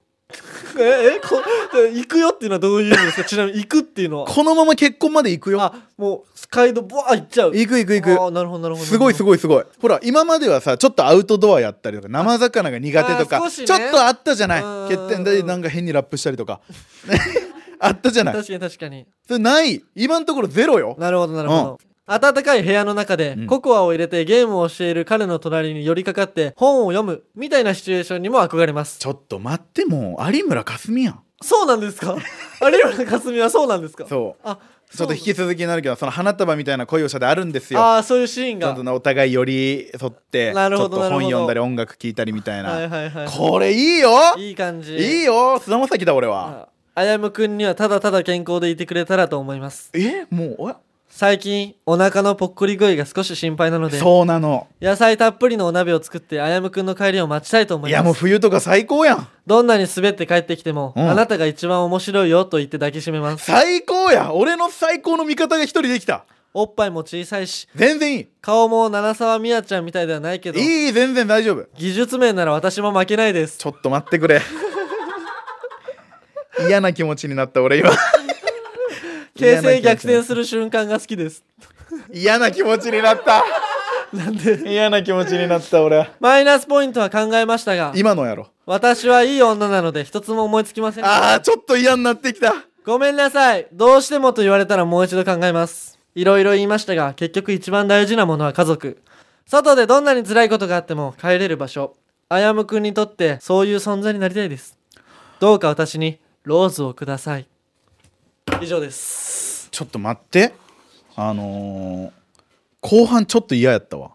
[SPEAKER 1] え、え、こ、 行くよっていうのはどういう意味ですかちなみに行くっていうのは。
[SPEAKER 2] このまま結婚まで行くよ
[SPEAKER 1] あ、もう、街道、ブワー行っちゃう。
[SPEAKER 2] 行く行く行く
[SPEAKER 1] あーなるほど、なるほど。
[SPEAKER 2] すごいす
[SPEAKER 1] ごい。
[SPEAKER 2] ごいすごいほら今まではさちょっとアウトドアやったりとか生魚が苦手と
[SPEAKER 1] あー
[SPEAKER 2] か、
[SPEAKER 1] 少しね
[SPEAKER 2] ちょっとあったじゃない
[SPEAKER 1] うん
[SPEAKER 2] 欠点でなんか変にラップしたりとか あったじゃない
[SPEAKER 1] 確かに確かに。
[SPEAKER 2] それない今のところゼロよ
[SPEAKER 1] なるほど、なるほど。暖かい部屋の中で
[SPEAKER 2] うん
[SPEAKER 1] ココアを入れてゲームをしている彼の隣に寄りかかって本を読むみたいなシチュエーションにも憧れます
[SPEAKER 2] ちょっと待ってもう有村架純やん
[SPEAKER 1] そうなんです か有村架純はそうなんですか
[SPEAKER 2] そ
[SPEAKER 1] あ
[SPEAKER 2] うちょっと引き続きになるけどその花束みたいな恋をしたであるんですよ
[SPEAKER 1] ああーそういうシーン
[SPEAKER 2] ちゃ
[SPEAKER 1] が
[SPEAKER 2] んとねお互い寄り添ってち
[SPEAKER 1] なる
[SPEAKER 2] ょ
[SPEAKER 1] ほ
[SPEAKER 2] っ
[SPEAKER 1] ど
[SPEAKER 2] と
[SPEAKER 1] なるほど
[SPEAKER 2] 本読んだり音楽聴いたりみたいな、
[SPEAKER 1] はいはいはい
[SPEAKER 2] これいいよ
[SPEAKER 1] いい感じ
[SPEAKER 2] いいよ菅田将暉だ俺は
[SPEAKER 1] ああやむくんにはただただ健康でいてくれたらと思います
[SPEAKER 2] えもうおや
[SPEAKER 1] 最近お腹のぽっこり具合が少し心配なので
[SPEAKER 2] そうなの
[SPEAKER 1] 野菜たっぷりのお鍋を作ってあやむくんの帰りを待ちたいと思
[SPEAKER 2] い
[SPEAKER 1] いま
[SPEAKER 2] や
[SPEAKER 1] す
[SPEAKER 2] もう冬とか最高やん
[SPEAKER 1] どんなに滑って帰ってきても、
[SPEAKER 2] うん
[SPEAKER 1] あなたが一番面白いよと言って抱きしめます
[SPEAKER 2] 最高や俺の最高の味方が一人できた
[SPEAKER 1] おっぱいも小さいし
[SPEAKER 2] 全然いい
[SPEAKER 1] 顔も七沢美也ちゃんみたいではないけど
[SPEAKER 2] いい全然大丈夫
[SPEAKER 1] 技術面なら私も負けないです
[SPEAKER 2] ちょっと待ってく れ嫌な気持ちになった俺今
[SPEAKER 1] 形勢逆転
[SPEAKER 2] 嫌な気持ち
[SPEAKER 1] する瞬間が好きです
[SPEAKER 2] 嫌な気持ちになったなんで嫌な気持ちになった俺
[SPEAKER 1] マイナスポイントは考えましたが
[SPEAKER 2] 今のやろ
[SPEAKER 1] 私はいい女なので一つも思いつきません
[SPEAKER 2] あーちょっと嫌になってきた
[SPEAKER 1] ごめんなさいどうしてもと言われたらもう一度考えますいろいろ言いましたが結局一番大事なものは家族外でどんなに辛いことがあっても帰れる場所あやむくんにとってそういう存在になりたいですどうか私にローズをください以上です
[SPEAKER 2] ちょっと待ってあのー、後半ちょっと嫌やったわ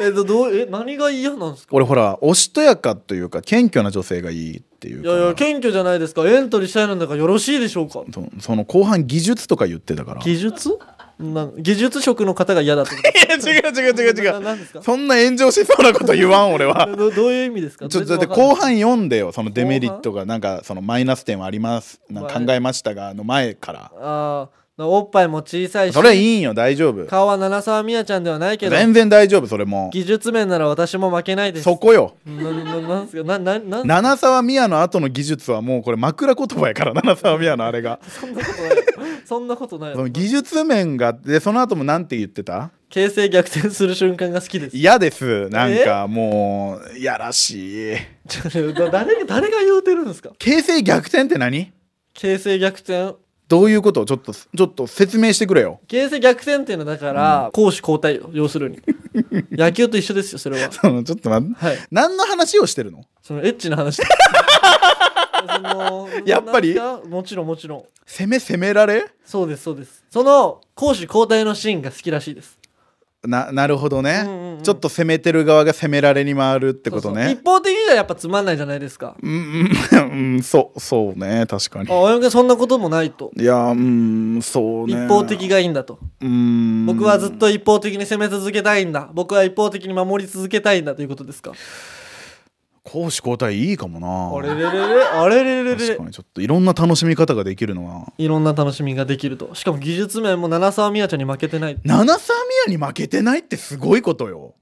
[SPEAKER 1] えどどうえ何が嫌なんですか
[SPEAKER 2] 俺ほらおしとやかというか謙虚な女性がいいっていう
[SPEAKER 1] い
[SPEAKER 2] か
[SPEAKER 1] やいや謙虚じゃないですかエントリーしたいのだからよろしいでしょうか
[SPEAKER 2] そその後半技術とか言ってたから
[SPEAKER 1] 技術なん技術職の方が嫌だってこと
[SPEAKER 2] いや違う違う違う違
[SPEAKER 1] ななんですか
[SPEAKER 2] うそんな炎上しそうなこと言わん俺は
[SPEAKER 1] どどういう意味ですか
[SPEAKER 2] ちょっと
[SPEAKER 1] 全
[SPEAKER 2] だって
[SPEAKER 1] 然わかんない
[SPEAKER 2] 後半読んでよそのデメリットがなんかそのマイナス点はありますなんか考えましたがの前から
[SPEAKER 1] ああおっぱいも小さいし
[SPEAKER 2] それはいいんよ大丈夫
[SPEAKER 1] 顔は七沢美也ちゃんではないけど
[SPEAKER 2] 全然大丈夫それも
[SPEAKER 1] 技術面なら私も負けないです
[SPEAKER 2] そこよ
[SPEAKER 1] なななんすかなななん
[SPEAKER 2] 七沢美也の後の技術はもうこれ枕言葉やから七沢美也のあ れが
[SPEAKER 1] そんなことないそんなことない
[SPEAKER 2] その技術面がでその後もなんて言ってた
[SPEAKER 1] 形勢逆転する瞬間が好きです
[SPEAKER 2] 嫌ですなんかもうやらしい
[SPEAKER 1] ちょだ誰が誰が言うてるんですか
[SPEAKER 2] 形勢逆転って何
[SPEAKER 1] 形勢逆転
[SPEAKER 2] どういうことちょっとちょっと説明してくれよ
[SPEAKER 1] 形勢逆転っていうのはだから、攻守交代よ要する に野球と一緒ですよそれは
[SPEAKER 2] そのちょっと待って、
[SPEAKER 1] はい
[SPEAKER 2] 何の話をしてるの
[SPEAKER 1] そのエッチな 話その
[SPEAKER 2] やっぱり
[SPEAKER 1] なんかもちろんもちろん
[SPEAKER 2] 攻め攻められ
[SPEAKER 1] そうですそうですその攻守交代のシーンが好きらしいです
[SPEAKER 2] ななるほどね、
[SPEAKER 1] うんうんうん
[SPEAKER 2] ちょっと攻めてる側が攻められに回るってこと
[SPEAKER 1] そうそう
[SPEAKER 2] ね
[SPEAKER 1] 一方的にはやっぱつまんないじゃないですか
[SPEAKER 2] うんうんうんそうそうね確かに
[SPEAKER 1] あ青山君そんなこともないと
[SPEAKER 2] いやうんそうね
[SPEAKER 1] 一方的がいいんだと
[SPEAKER 2] うん
[SPEAKER 1] 僕はずっと一方的に攻め続けたいんだ僕は一方的に守り続けたいんだということですか
[SPEAKER 2] 攻守交代いいかもな
[SPEAKER 1] あれれれれあれれれれ
[SPEAKER 2] 確
[SPEAKER 1] れ
[SPEAKER 2] かにちょっといろんな楽しみ方ができるのはい
[SPEAKER 1] ろんな楽しみができるとしかも技術面も七沢美也ちゃんに負けてない
[SPEAKER 2] 七沢美也に負けてないってすごいこ とよ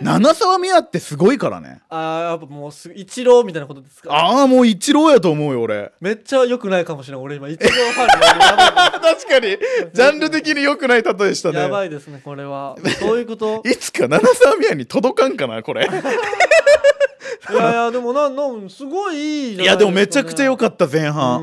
[SPEAKER 2] 七沢美也ってすごいからね
[SPEAKER 1] あーやっぱもうす一郎みたいなことですか
[SPEAKER 2] ああもう一郎やと思うよ俺
[SPEAKER 1] めっちゃ良くないかもしれない俺今一郎ファンになるやばい
[SPEAKER 2] 確かにジャンル的に良くない例えでしたね
[SPEAKER 1] やばいですねこれはそういうこと
[SPEAKER 2] いつか七沢美也に届かんかな これ
[SPEAKER 1] いやいやでもなんなんすごいいいじゃない
[SPEAKER 2] いやでもめちゃくちゃ良
[SPEAKER 1] く
[SPEAKER 2] かった前
[SPEAKER 1] う
[SPEAKER 2] 半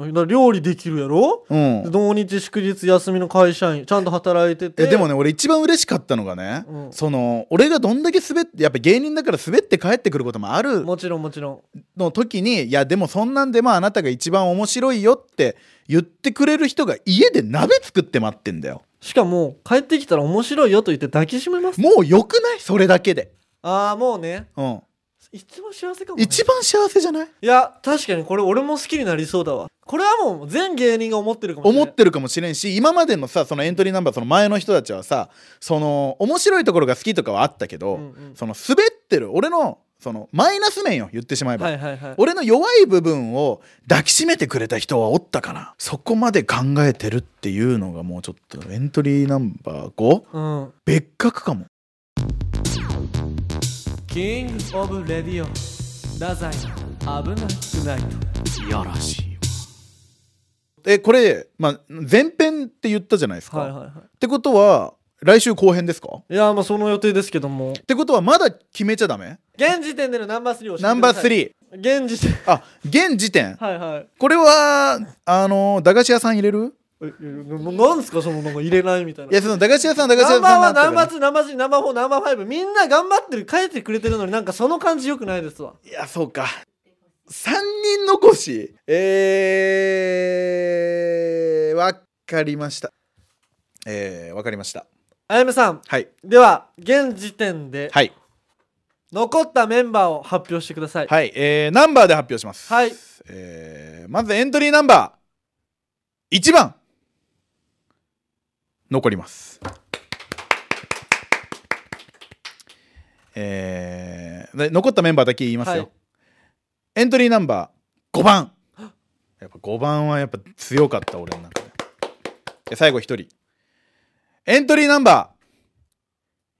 [SPEAKER 1] ーんだから料理できるやろ
[SPEAKER 2] うん、
[SPEAKER 1] 土日祝日休みの会社員ちゃんと働いてて
[SPEAKER 2] えでもね俺一番嬉しかったのがね、
[SPEAKER 1] うん
[SPEAKER 2] その俺がどんだけ滑ってやっぱ芸人だから滑って帰ってくることもある
[SPEAKER 1] もちろんもちろん
[SPEAKER 2] の時にいやでもそんなんでもあなたが一番面白いよって言ってくれる人が家で鍋作って待ってんだよ
[SPEAKER 1] しかも帰ってきたら面白いよと言って抱きしめます
[SPEAKER 2] もう良くないそれだけで
[SPEAKER 1] ああもうね
[SPEAKER 2] うん
[SPEAKER 1] 一番幸せかもね、
[SPEAKER 2] 一番幸せじゃない
[SPEAKER 1] いや確かにこれ俺も好きになりそうだわこれはもう全芸人が思ってるかもしれ
[SPEAKER 2] 思
[SPEAKER 1] ない
[SPEAKER 2] ってるかもしれんし今までのさそのエントリーナンバーその前の人たちはさその面白いところが好きとかはあったけど、
[SPEAKER 1] うんうん
[SPEAKER 2] その滑ってる俺のそのマイナス面よ言ってしまえば、
[SPEAKER 1] はいはいはい
[SPEAKER 2] 俺の弱い部分を抱きしめてくれた人はおったかなそこまで考えてるっていうのがもうちょっとエントリーナンバー 5?
[SPEAKER 1] うん
[SPEAKER 2] 別格かも
[SPEAKER 1] キングオブレディオ太宰の危なくないと
[SPEAKER 2] いやらしいえこれ、まあ、前編って言ったじゃないですか、
[SPEAKER 1] はいはいは
[SPEAKER 2] ってことは来週後編ですかっ
[SPEAKER 1] いいやまあその予定ですけども
[SPEAKER 2] てことはまだ決めちゃダメ
[SPEAKER 1] 現時点でのナンバー3を教えてください
[SPEAKER 2] ナンバー
[SPEAKER 1] 現
[SPEAKER 2] 3
[SPEAKER 1] 時点
[SPEAKER 2] あ現時点
[SPEAKER 1] はいはい
[SPEAKER 2] これはあの駄菓子屋さん入れる
[SPEAKER 1] ええななんですかそのなんか入れないみたいない
[SPEAKER 2] やその駄菓子屋さん駄菓子
[SPEAKER 1] ナ
[SPEAKER 2] 屋
[SPEAKER 1] ンバー
[SPEAKER 2] さ
[SPEAKER 1] ワン、ナ
[SPEAKER 2] ん
[SPEAKER 1] ンバー
[SPEAKER 2] ー
[SPEAKER 1] ツー、ナンバースリー、ナンバーフォー、ナンバーファイブ。みんな頑張ってる、書いてくれてるのになんかその感じ良くないですわ。
[SPEAKER 2] いやそうか3人残しえー、わかりましたえー、わかりました
[SPEAKER 1] あやめさん、
[SPEAKER 2] はい
[SPEAKER 1] では、現時点で
[SPEAKER 2] はい
[SPEAKER 1] 残ったメンバーを発表してください。
[SPEAKER 2] はいえー、ナンバーで発表します
[SPEAKER 1] はい
[SPEAKER 2] えー、まずエントリーナンバー1番残りますえー、で残ったメンバーだけ言いますよ、
[SPEAKER 1] はい
[SPEAKER 2] エントリーナンバー5番やっぱ5番はやっぱ強かった俺の中でで最後1人エントリーナンバ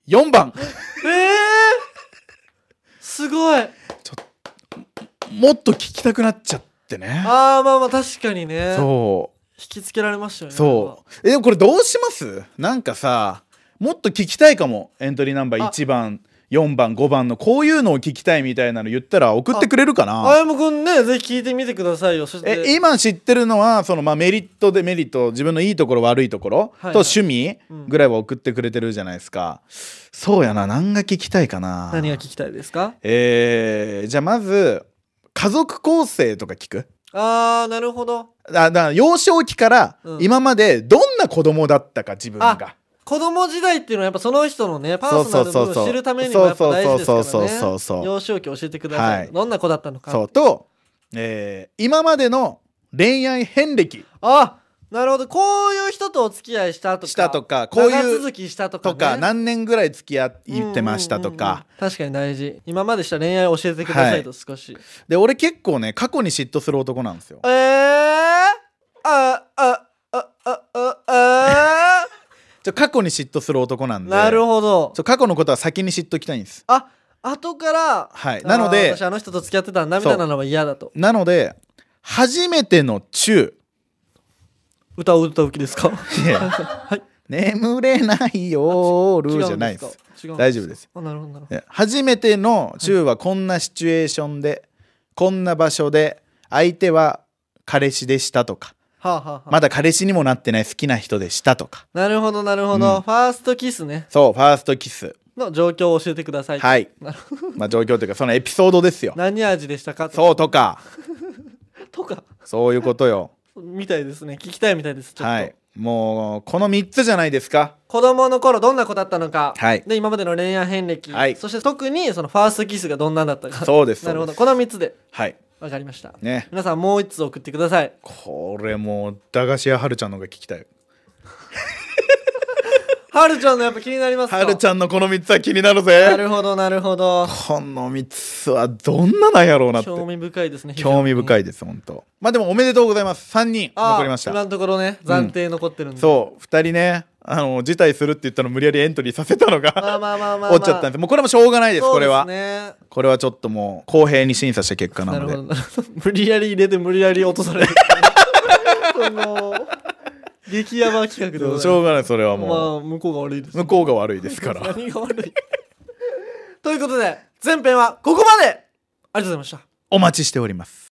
[SPEAKER 2] ー4番
[SPEAKER 1] ええー、すごい。あ
[SPEAKER 2] もっと聞きたくなっちゃってね
[SPEAKER 1] あー、まあまあ確かにね。
[SPEAKER 2] そう
[SPEAKER 1] 引きつけられましたよね。
[SPEAKER 2] そう。え、でもこれどうしますなんかさ、もっと聞きたいかも。エントリーナンバー
[SPEAKER 1] あ
[SPEAKER 2] 1番、4番、5番のこういうのを聞きたいみたいなの言ったら送ってくれるか
[SPEAKER 1] これは。あ
[SPEAKER 2] な
[SPEAKER 1] やむくんね、ぜひ聞いてみてくださいよ。そして、
[SPEAKER 2] え、今知ってるのは、そのまあメリット、デメリット、自分のいいところ、悪いところ、
[SPEAKER 1] はい
[SPEAKER 2] と
[SPEAKER 1] はい
[SPEAKER 2] 趣味
[SPEAKER 1] うん
[SPEAKER 2] ぐらいは送ってくれてるじゃないですか。そうやな、何が聞きたいかな。
[SPEAKER 1] 何が聞きたいですか
[SPEAKER 2] えー、じゃあまず、家族構成とか聞く
[SPEAKER 1] ああ、なるほど。
[SPEAKER 2] あだから幼少期から
[SPEAKER 1] うん
[SPEAKER 2] 今までどんな子供だったか自分が。
[SPEAKER 1] あ子供時代っていうのはやっぱその人のね、パーソナルな部分を知るためにもやっぱ大事ですからね。
[SPEAKER 2] そうそうそうそうそうそう
[SPEAKER 1] 幼少期教えてください。
[SPEAKER 2] はい
[SPEAKER 1] どんな子だったのか。
[SPEAKER 2] そうと、えー今までの恋愛遍歴
[SPEAKER 1] あなるほど。こういう人とお付き合いしたとか。
[SPEAKER 2] したとかこういう
[SPEAKER 1] 長続きしたとか、ね。
[SPEAKER 2] とか、何年ぐらい付き合
[SPEAKER 1] 言
[SPEAKER 2] ってましたとか、
[SPEAKER 1] 確かに大事今までした恋愛を教えてくださいと少し、
[SPEAKER 2] で俺結構ね過去に嫉妬する男なんですよ
[SPEAKER 1] えー、ああああああ
[SPEAKER 2] ちょ過去に嫉妬する男なんで
[SPEAKER 1] なるほど
[SPEAKER 2] そう過去のことは先に知っときたいんです
[SPEAKER 1] あ後から
[SPEAKER 2] はいなので
[SPEAKER 1] あー私あの人と付き合ってたんだみたいなのは嫌だと
[SPEAKER 2] なので初めてのチュ
[SPEAKER 1] 歌を歌う気ですか
[SPEAKER 2] ーいや眠れない夜
[SPEAKER 1] 違うん
[SPEAKER 2] じゃないです
[SPEAKER 1] 違うん
[SPEAKER 2] 大丈夫です
[SPEAKER 1] あなるほどなるほど
[SPEAKER 2] いや初めてのチューはこんなシチュエーションで、こんな場所で相手は彼氏でしたとか
[SPEAKER 1] はあ、はあはあ、
[SPEAKER 2] まだ彼氏にもなってない好きな人でしたとか
[SPEAKER 1] なるほどなるほど、
[SPEAKER 2] うん
[SPEAKER 1] ファーストキスね
[SPEAKER 2] そうファーストキス
[SPEAKER 1] の状況を教えてください
[SPEAKER 2] はい
[SPEAKER 1] なる
[SPEAKER 2] まあ状況というかそのエピソードですよ
[SPEAKER 1] 何味でしたかとか
[SPEAKER 2] そうとか
[SPEAKER 1] とか
[SPEAKER 2] そういうことよ
[SPEAKER 1] みたいですね聞きたいみたいですちょっと、
[SPEAKER 2] はいもうこの3つじゃないですか
[SPEAKER 1] 子供の頃どんな子だったのか、
[SPEAKER 2] はい
[SPEAKER 1] で今までの恋愛遍歴、
[SPEAKER 2] はい
[SPEAKER 1] そして特にそのファーストキスがどんなんだったか
[SPEAKER 2] そうです
[SPEAKER 1] なるほ
[SPEAKER 2] そ
[SPEAKER 1] ど
[SPEAKER 2] うです
[SPEAKER 1] この3つで
[SPEAKER 2] はい
[SPEAKER 1] 分かりました、
[SPEAKER 2] ね
[SPEAKER 1] 皆さんもう1つ送ってください
[SPEAKER 2] これもう駄菓子屋はるちゃんの方が聞きたい
[SPEAKER 1] はるちゃんのやっぱ気になりますか
[SPEAKER 2] はるち
[SPEAKER 1] ゃ
[SPEAKER 2] ゃんのこの3つは気になる
[SPEAKER 1] な
[SPEAKER 2] ぜ
[SPEAKER 1] るほどなるほ ど
[SPEAKER 2] この3つはどんななんやろうなって
[SPEAKER 1] 興味深いですね
[SPEAKER 2] 興味深
[SPEAKER 1] い
[SPEAKER 2] いです本当まあでもおめでとうございます3人残りました
[SPEAKER 1] 今のところね暫定残ってるんで、
[SPEAKER 2] そう2人ねあの辞退するって言ったの無理やりエントリーさせたの
[SPEAKER 1] まあ
[SPEAKER 2] が
[SPEAKER 1] まあまあまあ、まあ、
[SPEAKER 2] 落ちちゃったんですもうこれもしょうがないですこれは
[SPEAKER 1] そうですね
[SPEAKER 2] これはちょっともう公平に審査した結果な
[SPEAKER 1] な
[SPEAKER 2] の
[SPEAKER 1] るほ
[SPEAKER 2] で
[SPEAKER 1] どなるほど無理やり入れて無理やり落とされる その激ヤバ企画でございま
[SPEAKER 2] し
[SPEAKER 1] す
[SPEAKER 2] ょうがないそれは
[SPEAKER 1] ま
[SPEAKER 2] も
[SPEAKER 1] あ向こうが悪いです
[SPEAKER 2] う向こうが悪い ですから
[SPEAKER 1] 何が悪いということで前編はここまでありがとうございました
[SPEAKER 2] お待ちしております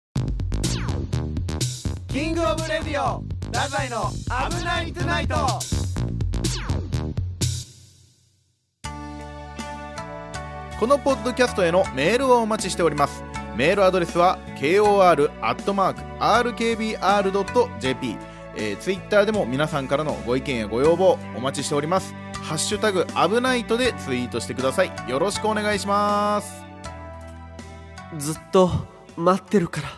[SPEAKER 3] キングオブレディオ太宰の危ないトゥナイト
[SPEAKER 2] このポッドキャストへのメールをお待ちしておりますメールアドレスは kor.rkbr.jp えー、ツイッターでも皆さんからのご意見やご要望お待ちしておりますハッシュタグ危ないとでツイートしてくださいよろしくお願いします
[SPEAKER 1] ずっと待ってるから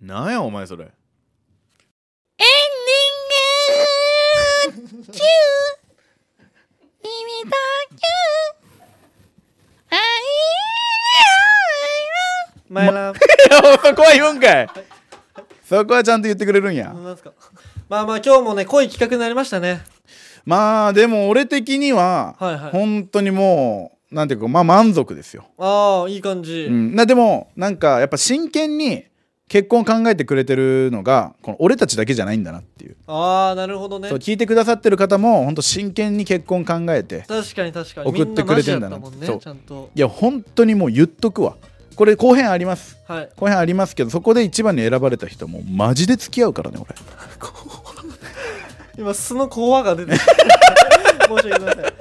[SPEAKER 2] なんやお前それ
[SPEAKER 4] エンディングキュー耳だキューあいや
[SPEAKER 1] マイラブ
[SPEAKER 2] そこは言うんかいそこはちゃんと言ってくれるんや
[SPEAKER 1] なんすかまあまあ今日もね濃い企画になりましたね
[SPEAKER 2] まあでも俺的には
[SPEAKER 1] はいはい
[SPEAKER 2] 本当にもうなんていうかまあ満足ですよ、
[SPEAKER 1] ああいい感じ、
[SPEAKER 2] うん、なでもなんかやっぱ真剣に結婚考えてくれてるのがこの俺たちだけじゃないんだなっていう
[SPEAKER 1] ああなるほどね
[SPEAKER 2] そう聞いてくださってる方も本当真剣に結婚考えて
[SPEAKER 1] 確かに確かに
[SPEAKER 2] 送ってくれてんだな
[SPEAKER 1] みんなマジやったもんね
[SPEAKER 2] そう
[SPEAKER 1] ちゃんと
[SPEAKER 2] いや本当にもう言っとくわこれ後編あります
[SPEAKER 1] はい
[SPEAKER 2] 後編ありますけどそこで一番に選ばれた人もマジで付き合うからね俺
[SPEAKER 1] 今素のコアが 出てきた申し訳ございません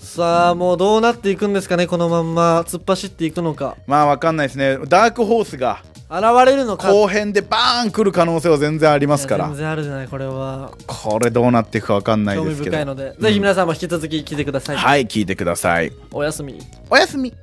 [SPEAKER 1] さあもうどうなっていくんですかねこのまんま突っ走っていくのか
[SPEAKER 2] まあわかんないですねダークホースが
[SPEAKER 1] 現れるのか
[SPEAKER 2] 後編でバーン来る可能性は全然ありますか
[SPEAKER 1] いや
[SPEAKER 2] ら
[SPEAKER 1] 全然あるじゃないこれは
[SPEAKER 2] これどうなっていくかわかんない
[SPEAKER 1] 興
[SPEAKER 2] で
[SPEAKER 1] 味
[SPEAKER 2] すけ
[SPEAKER 1] 深い
[SPEAKER 2] ど
[SPEAKER 1] ので、ぜひ皆さんも引き続き聞いてください、
[SPEAKER 2] はい聞いてください
[SPEAKER 1] おやすみ
[SPEAKER 2] おやすみ